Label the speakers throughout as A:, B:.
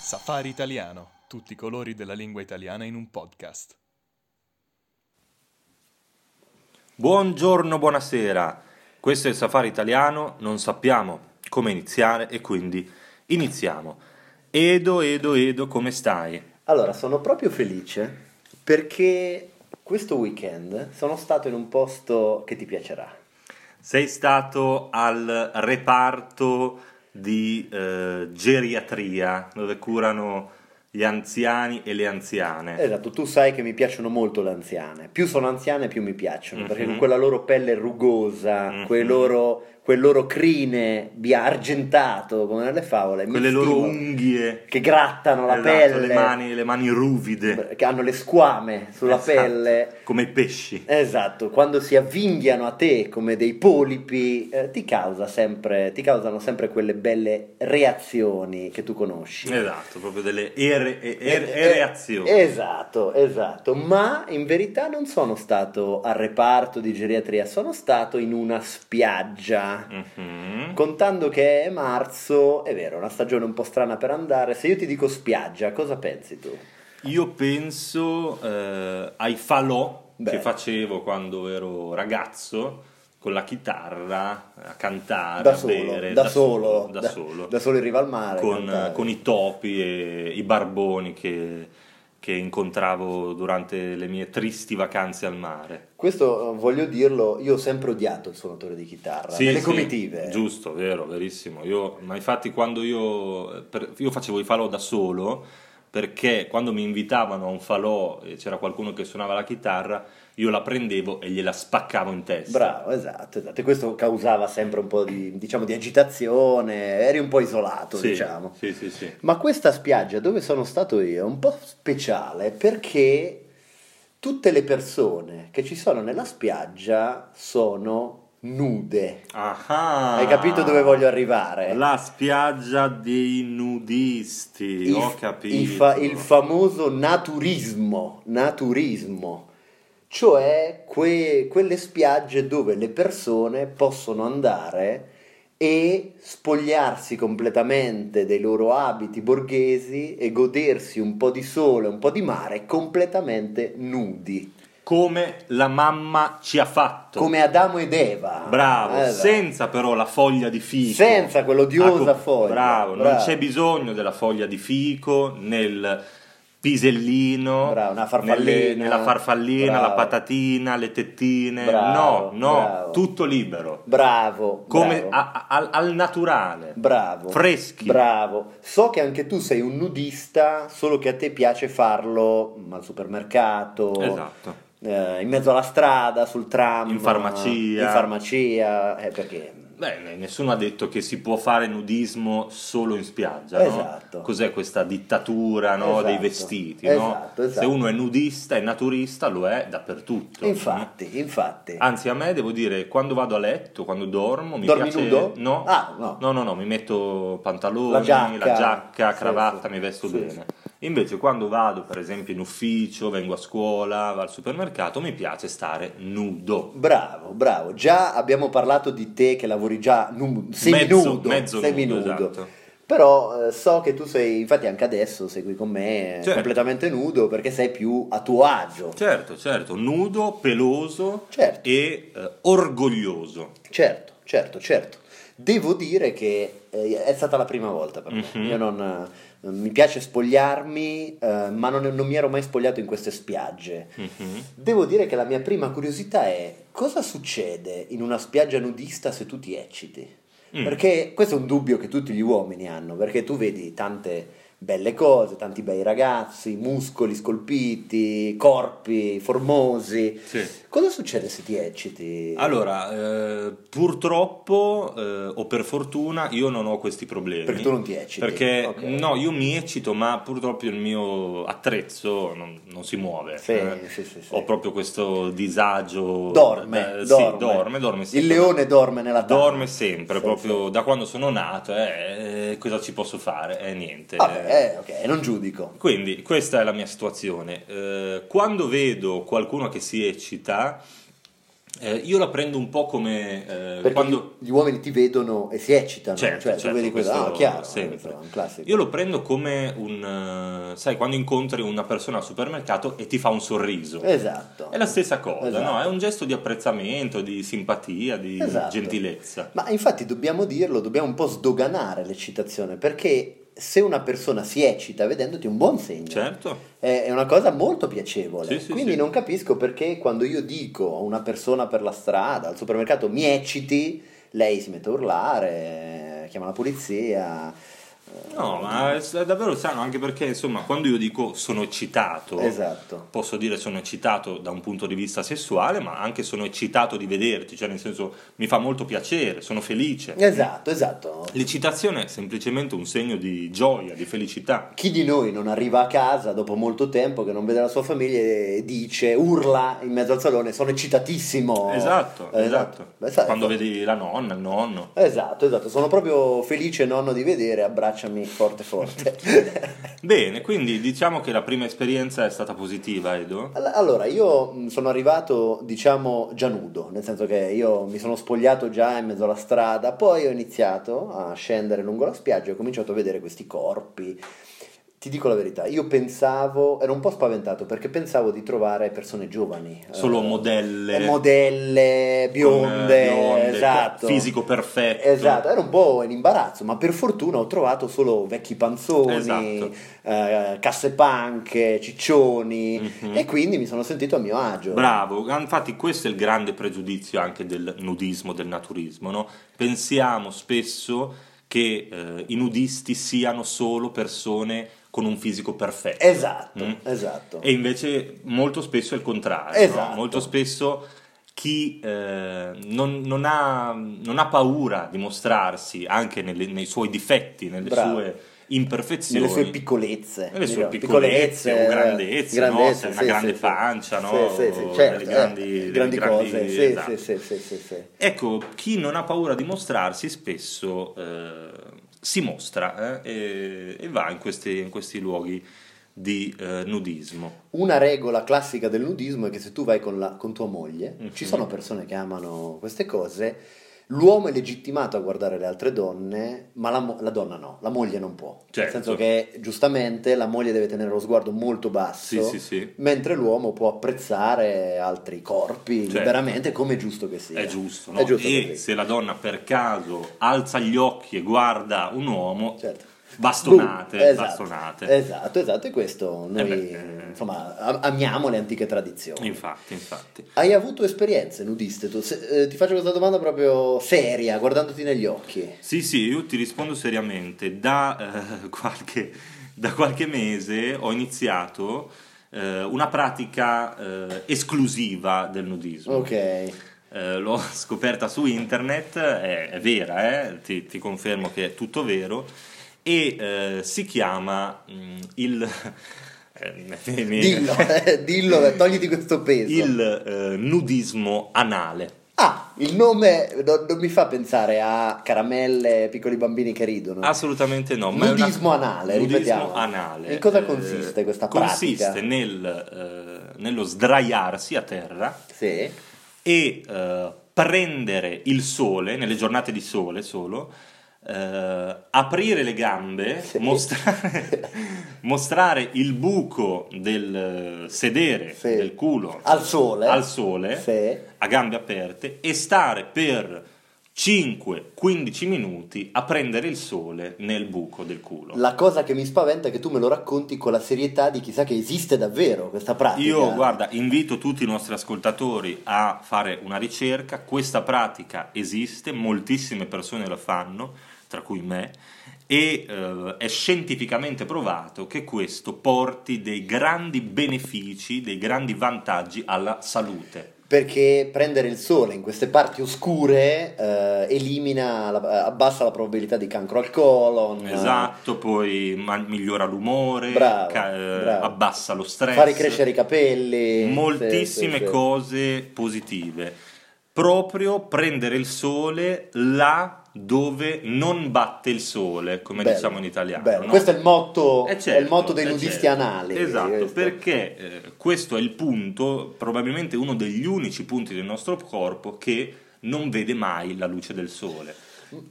A: Safari Italiano, tutti i colori della lingua italiana in un podcast.
B: Buongiorno, buonasera. Questo è il Safari Italiano, non sappiamo come iniziare e quindi iniziamo. Edo, Edo, Edo, come stai?
C: Allora, sono proprio felice perché questo weekend sono stato in un posto che ti piacerà.
B: Sei stato al reparto di eh, geriatria dove curano gli anziani e le anziane.
C: Esatto, tu sai che mi piacciono molto le anziane. Più sono anziane, più mi piacciono, perché
B: Mhm.
C: con quella loro pelle rugosa,
B: Mhm.
C: quel, loro, quel loro crine bi- argentato, come nelle favole, mi
B: Quelle loro
C: stimolano,
B: unghie,
C: che grattano la
B: esatto,
C: pelle,
B: le mani, le mani ruvide,
C: che hanno le squame sulla
B: Esatto,
C: pelle.
B: come i pesci.
C: Esatto, quando si avvinghiano a te come dei polipi, eh, ti, causa sempre, ti causano sempre quelle belle reazioni che tu conosci.
B: Esatto, proprio delle ere- e- ere-
C: Eh, eh,
B: reazioni.
C: Esatto, esatto, ma in verità non sono stato al reparto di geriatria, sono stato in una spiaggia.
B: Mhm.
C: Contando che è marzo, è vero, è una stagione un po' strana per andare. Se io ti dico spiaggia, cosa pensi tu?
B: Io penso eh, ai falò
C: Beh.
B: che facevo quando ero ragazzo con la chitarra a cantare,
C: Da
B: a
C: solo,
B: bere,
C: da, solo,
B: da, solo.
C: da solo in riva al mare.
B: con,
C: cantare.
B: con i topi e i barboni che, che incontravo durante le mie tristi vacanze al mare.
C: Questo eh, voglio dirlo, io ho sempre odiato il suonatore di chitarra,
B: Sì,
C: le
B: sì,
C: comitive.
B: Giusto, vero, verissimo. Io- ma infatti quando io, per- io facevo i falò da solo, perché quando mi invitavano a un falò e c'era qualcuno che suonava la chitarra, io la prendevo e gliela spaccavo in testa.
C: Bravo, esatto, esatto. E questo causava sempre un po' di, diciamo, di agitazione, eri un po' isolato,
B: Sì,
C: diciamo.
B: Sì, sì, sì.
C: Ma questa spiaggia dove sono stato io è un po' speciale perché tutte le persone che ci sono nella spiaggia sono nude.
B: Ah,
C: Hai capito dove voglio arrivare?
B: La spiaggia dei nudisti,
C: Il-
B: ho capito.
C: Il, fa- il famoso naturismo, naturismo, cioè que- quelle spiagge dove le persone possono andare e spogliarsi completamente dei loro abiti borghesi e godersi un po' di sole, un po' di mare completamente nudi,
B: Certo. Come la mamma ci ha fatto.
C: come Adamo ed Eva.
B: Bravo,
C: Eh,
B: senza però la foglia di fico.
C: Senza quell'odiosa
B: Ah, co-
C: foglia.
B: Bravo, non
C: Bravo.
B: c'è bisogno della foglia di fico nel pisellino,
C: Bravo, una farfallina.
B: nelle- nella farfallina,
C: Bravo.
B: la patatina, le tettine. no,
C: Bravo,
B: no,
C: bravo.
B: tutto libero.
C: Bravo,
B: Come
C: bravo.
B: a- a- al, al naturale.
C: Bravo.
B: Freschi.
C: Bravo. So che anche tu sei un nudista, solo che a te piace farlo mm, al supermercato,
B: Esatto.
C: eh, in mezzo alla strada, sul tram,
B: In farmacia.
C: In farmacia, eh, perché
B: Beh, nessuno ha detto che si può fare nudismo solo in spiaggia, no?
C: Esatto.
B: Cos'è questa dittatura, no,
C: Esatto.
B: dei vestiti,
C: Esatto,
B: no?
C: esatto.
B: Se uno è nudista e naturista lo è dappertutto.
C: infatti, infatti.
B: Anzi, a me devo dire, quando vado a letto, quando dormo, mi
C: Dormi
B: piace...
C: nudo?
B: No.
C: Ah, no.
B: no, no, no, mi metto pantaloni,
C: La giacca.
B: giacca,
C: Sì,
B: cravatta,
C: sì.
B: mi vesto
C: Sì,
B: bene. Invece, quando vado, per esempio, in ufficio, vengo a scuola, vado al supermercato, mi piace stare nudo.
C: Bravo, bravo. Già abbiamo parlato di te che lavori già nu- seminudo,
B: mezzo nudo,
C: seminudo.
B: esatto.
C: Però eh, so che tu sei, infatti anche adesso sei qui con me eh,
B: Certo.
C: completamente nudo perché sei più a tuo agio.
B: Certo, certo, nudo, peloso
C: Certo.
B: e eh, orgoglioso.
C: Certo, certo, certo. Devo dire che eh, è stata la prima volta per me.
B: Mhm.
C: Io non, eh, mi piace spogliarmi, eh, ma non, non mi ero mai spogliato in queste spiagge.
B: Mhm.
C: Devo dire che la mia prima curiosità è cosa succede in una spiaggia nudista se tu ti ecciti?
B: Mm.
C: Perché questo è un dubbio che tutti gli uomini hanno, perché tu vedi tante belle cose, tanti bei ragazzi, muscoli scolpiti, corpi formosi.
B: Sì.
C: Cosa succede se ti ecciti?
B: Ah, Allora, eh, purtroppo eh, o per fortuna io non ho questi problemi.
C: Perché tu non ti ecciti.
B: Perché
C: Ok.
B: no, io mi eccito, ma purtroppo il mio attrezzo non, non si muove.
C: Sì,
B: Eh,
C: sì, sì, sì.
B: Ho proprio questo disagio.
C: Dorme,
B: Eh, sì,
C: dorme.
B: dorme, dorme sempre.
C: Il leone dorme nella tana.
B: Dorme sempre,
C: Sì,
B: proprio
C: sì.
B: da quando sono nato. eh, eh, cosa ci posso fare? Eh, niente.
C: Vabbè, eh, ok, non giudico.
B: Quindi questa è la mia situazione. Eh, quando vedo qualcuno che si eccita, Eh, io la prendo un po' come eh,
C: Perché
B: quando...
C: gli gli uomini ti vedono e si eccitano,
B: Certo,
C: cioè tu
B: certo,
C: vedi questo,
B: questo
C: ah, chiaro,
B: sempre.
C: è un classico.
B: Io lo prendo come un... eh, sai, quando incontri una persona al supermercato e ti fa un sorriso.
C: Esatto.
B: È la stessa cosa,
C: Esatto.
B: no? eh? È un gesto di apprezzamento, di simpatia, di
C: Esatto.
B: gentilezza.
C: Ma infatti dobbiamo dirlo, dobbiamo un po' sdoganare l'eccitazione, perché se una persona si eccita vedendoti è un buon segno.
B: Certo.
C: È è una cosa molto piacevole.
B: Sì, sì,
C: Quindi
B: sì.
C: non capisco perché quando io dico a una persona per la strada, al supermercato, mi ecciti, lei si mette a urlare, eh, chiama la polizia. eh,
B: No, ma è è davvero sano, anche perché, insomma, quando io dico sono eccitato,
C: Esatto.
B: posso dire sono eccitato da un punto di vista sessuale, ma anche sono eccitato di vederti, cioè nel senso mi fa molto piacere, sono felice.
C: Esatto, esatto.
B: L'eccitazione è semplicemente un segno di gioia, di felicità.
C: Chi di noi non arriva a casa dopo molto tempo che non vede la sua famiglia e dice, urla in mezzo al salone, sono eccitatissimo.
B: Esatto,
C: Eh,
B: esatto.
C: Beh, sai,
B: Quando
C: so-
B: vedi la nonna, il nonno.
C: Esatto, esatto, sono proprio felice nonno di vedere, abbracciami forte forte.
B: Bene, quindi diciamo che la prima esperienza è stata positiva, Edo.
C: All- Allora, io mh, sono arrivato, diciamo, già nudo, nel senso che io mi sono spogliato già in mezzo alla strada, poi ho iniziato a scendere lungo la spiaggia e ho cominciato a vedere questi corpi. Ti dico la verità, io pensavo, ero un po' spaventato perché pensavo di trovare persone giovani.
B: Solo
C: eh,
B: modelle.
C: modelle, bionde,
B: Con, eh, bionde,
C: esatto.
B: fisico perfetto.
C: Esatto, era un po' in imbarazzo, ma per fortuna ho trovato solo vecchi panzoni,
B: Esatto.
C: eh, casse panche, ciccioni
B: Mhm.
C: e quindi mi sono sentito a mio agio.
B: Bravo, infatti questo è il grande pregiudizio anche del nudismo, del naturismo, no? Pensiamo spesso che eh, i nudisti siano solo persone con un fisico perfetto.
C: Esatto,
B: Mm.
C: esatto.
B: E invece molto spesso è il contrario.
C: Esatto.
B: no? Molto spesso chi eh, non, non ha, non ha paura di mostrarsi anche nelle- nei suoi difetti, nelle
C: Bravo.
B: sue imperfezioni.
C: Nelle sue piccolezze,
B: Nelle sue
C: diciamo,
B: piccolezze, o grandezze, no?
C: grandezze,
B: Se hai una
C: sì,
B: grande
C: sì, sì.
B: pancia, no?
C: Sì, sì, sì,
B: O
C: certo,
B: delle grandi-
C: eh,
B: delle
C: grandi
B: grandi-
C: cose, sì,
B: esatto.
C: sì, sì, sì, sì, sì.
B: Ecco, chi non ha paura di mostrarsi spesso eh, si mostra eh, e, e va in questi, in questi luoghi di eh, nudismo.
C: Una regola classica del nudismo è che se tu vai con, la- con tua moglie,
B: Mhm.
C: ci sono persone che amano queste cose, l'uomo è legittimato a guardare le altre donne, ma la, mo- la donna no, la moglie non può. Nel
B: Certo.
C: senso che giustamente la moglie deve tenere lo sguardo molto
B: Sì,
C: basso,
B: sì, sì.
C: mentre l'uomo può apprezzare altri corpi
B: Certo.
C: liberamente come è giusto che sia.
B: È giusto, no?
C: È giusto
B: e
C: così.
B: se la donna per caso alza gli occhi e guarda un uomo,
C: Certo.
B: bastonate,
C: Boom, esatto,
B: bastonate.
C: Esatto, esatto, e questo noi
B: beh, eh.
C: insomma a- amiamo le antiche tradizioni.
B: Infatti, infatti.
C: Hai avuto esperienze nudiste tu? Se- eh, ti faccio questa domanda proprio seria, guardandoti negli occhi.
B: Sì, sì, io ti rispondo seriamente. Da, eh, qualche, da qualche mese ho iniziato eh, una pratica eh, esclusiva del nudismo.
C: Ok.
B: Eh, l'ho scoperta su internet, è, è vera, eh, ti, ti confermo che è tutto vero, e eh, si chiama mm, il... eh, mi-
C: Dillo, eh, dillo, eh, togliti questo peso.
B: il eh, nudismo anale.
C: Ah, il nome no- non mi fa pensare a caramelle, piccoli bambini che ridono.
B: Assolutamente no. ma è una-
C: Mm. Nudismo anale,
B: nudismo
C: ripetiamo.
B: anale.
C: In cosa
B: Eh,
C: consiste questa
B: Consiste
C: pratica?
B: nel, eh, nello sdraiarsi a terra
C: Sì.
B: e eh, prendere il sole, nelle giornate di sole solo, eh, aprire le gambe,
C: Sì.
B: mostrare, mostrare il buco del eh, sedere,
C: Sì.
B: del culo
C: Al sole.
B: al sole,
C: Sì.
B: a gambe aperte e stare per 5-15 minuti a prendere il sole nel buco del culo.
C: La cosa che mi spaventa è che tu me lo racconti con la serietà di chissà che esiste davvero questa pratica.
B: Io, guarda, invito tutti i nostri ascoltatori a fare una ricerca, questa pratica esiste, moltissime persone la fanno, tra cui me, e eh, è scientificamente provato che questo porti dei grandi benefici, dei grandi vantaggi alla salute.
C: Perché prendere il sole in queste parti oscure eh, elimina, la- eh, abbassa la probabilità di cancro al colon, eh,
B: Esatto, poi ma- migliora l'umore,
C: Bravo,
B: ca- eh,
C: bravo.
B: abbassa lo stress.
C: fa ricrescere i capelli,
B: moltissime
C: sì, sì, sì.
B: cose positive. Proprio prendere il sole là dove non batte il sole, come
C: Bello,
B: diciamo in italiano.
C: bello.
B: no?
C: Questo è il motto,
B: Eh,
C: è il
B: certo,
C: motto dei
B: eh,
C: nudisti
B: certo.
C: anali.
B: Esatto,
C: Questo.
B: perché eh, questo è il punto, probabilmente uno degli unici punti del nostro corpo che non vede mai la luce del sole.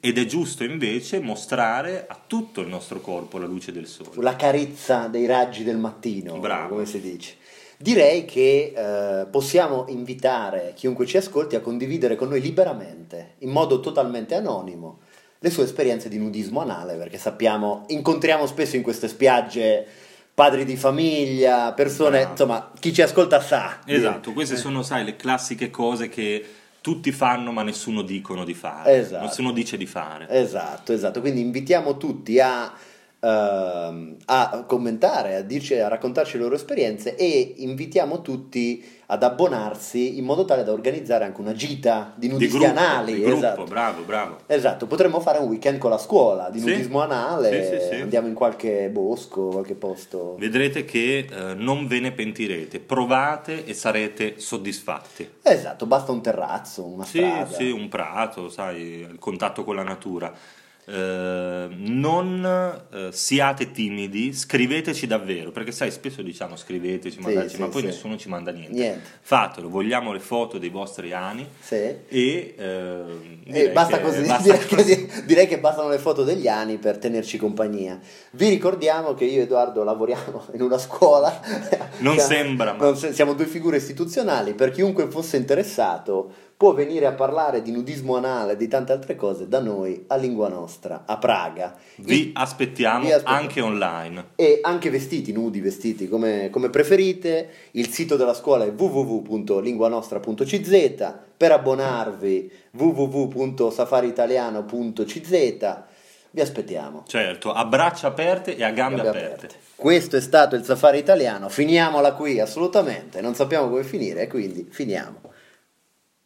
B: Ed è giusto invece mostrare a tutto il nostro corpo la luce del sole.
C: la carezza dei raggi del mattino,
B: Bravo.
C: come si dice. Direi che eh, possiamo invitare chiunque ci ascolti a condividere con noi liberamente, in modo totalmente anonimo, le sue esperienze di nudismo anale, perché sappiamo, incontriamo spesso in queste spiagge padri di famiglia, persone,
B: Bravo.
C: insomma, chi ci ascolta sa.
B: Esatto,
C: Eh.
B: queste sono, sai, le classiche cose che tutti fanno ma nessuno dicono di fare.
C: Esatto.
B: Nessuno dice di fare.
C: Esatto, esatto. Quindi invitiamo tutti a, ehm, a commentare, a, dirci, a raccontarci le loro esperienze e invitiamo tutti ad abbonarsi in modo tale da organizzare anche una gita di
B: di
C: nudisti
B: gruppo,
C: anali.
B: di gruppo,
C: esatto.
B: bravo, bravo.
C: Esatto, potremmo fare un weekend con la scuola di
B: Sì.
C: nudismo anale,
B: Sì, sì, sì.
C: andiamo in qualche bosco, qualche posto.
B: Vedrete che eh, non ve ne pentirete, provate e sarete soddisfatti.
C: Esatto, basta un terrazzo, una
B: Sì,
C: strada.
B: sì, un prato, sai, il contatto con la natura. Eh, non eh, siate timidi, scriveteci davvero, perché sai, spesso diciamo scriveteci, mandateci,
C: sì,
B: ma poi
C: sì.
B: nessuno ci manda niente.
C: Niente.
B: Fatelo, vogliamo le foto dei vostri ani
C: Sì.
B: e, eh,
C: E
B: direi
C: basta
B: che-
C: così,
B: basta
C: direi, che-
B: così.
C: direi che bastano le foto degli anni per tenerci compagnia. Vi ricordiamo che io e Edoardo lavoriamo in una scuola.
B: Non
C: Siamo-
B: sembra, ma-
C: non se- siamo due figure istituzionali, per chiunque fosse interessato può venire a parlare di nudismo anale e di tante altre cose da noi a Lingua Nostra, a Praga.
B: Vi aspettiamo
C: Vi aspettiamo.
B: anche online.
C: E anche vestiti, nudi, vestiti come, come preferite. Il sito della scuola è www.linguanostra.cz. Per abbonarvi, www.safariitaliano.cz. Vi aspettiamo.
B: Certo, a braccia aperte e a gambe,
C: Gambe
B: aperte.
C: aperte. Questo è stato il Safari Italiano. Finiamola qui, assolutamente. Non sappiamo come finire, quindi finiamo.